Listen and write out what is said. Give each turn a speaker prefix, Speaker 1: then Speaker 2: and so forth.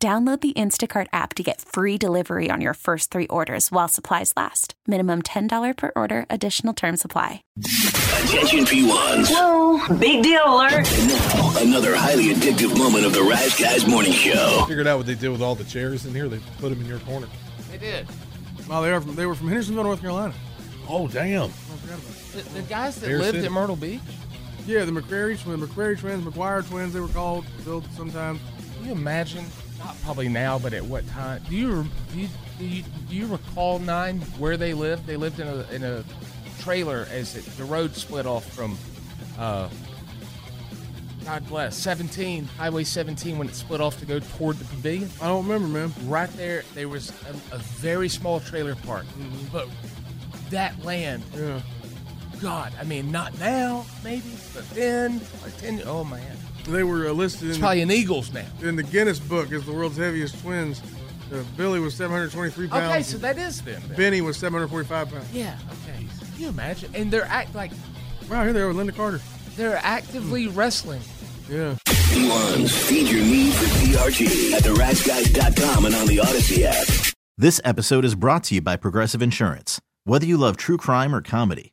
Speaker 1: Download the Instacart app to get free delivery on your first three orders while supplies last. Minimum $10 per order, additional term supply.
Speaker 2: Attention P1s.
Speaker 3: Whoa, big deal alert.
Speaker 2: And now, another highly addictive moment of the Rise Guys Morning Show.
Speaker 4: Figured out what they did with all the chairs in here. They put them in your corner.
Speaker 5: They did.
Speaker 4: Well, they are from, they were from Hendersonville, North Carolina.
Speaker 6: Oh, damn.
Speaker 5: The, the guys that
Speaker 4: Bear
Speaker 5: lived
Speaker 4: City.
Speaker 5: at Myrtle Beach.
Speaker 4: Yeah, the McCrary twins, McCrary twins, McGuire twins. They were called built sometimes.
Speaker 5: Can you imagine? Not probably now, but at what time? Do you re- do you, do you, do you recall nine where they lived? They lived in a in a trailer as it, the road split off from. Uh, God bless 17 Highway 17 when it split off to go toward the pavilion.
Speaker 4: I don't remember, man.
Speaker 5: Right there, there was a, a very small trailer park, but that land
Speaker 4: Yeah,
Speaker 5: God, I mean, not now, maybe, but then, or 10, oh man.
Speaker 4: they were uh, listed
Speaker 5: It's
Speaker 4: in,
Speaker 5: probably an Eagles now.
Speaker 4: in the Guinness Book as the world's heaviest twins. Uh, Billy was 723 pounds.
Speaker 5: Okay, so that is them. then.
Speaker 4: Benny was 745 pounds.
Speaker 5: Yeah, okay. Can you imagine? And they're act like
Speaker 4: Wow, here they are with Linda Carter.
Speaker 5: they're actively wrestling.
Speaker 4: Yeah.
Speaker 2: P1s, feed your need for PRG at theriseguys.com and on the Odyssey app.
Speaker 7: This episode is brought to you by Progressive Insurance. Whether you love true crime or comedy,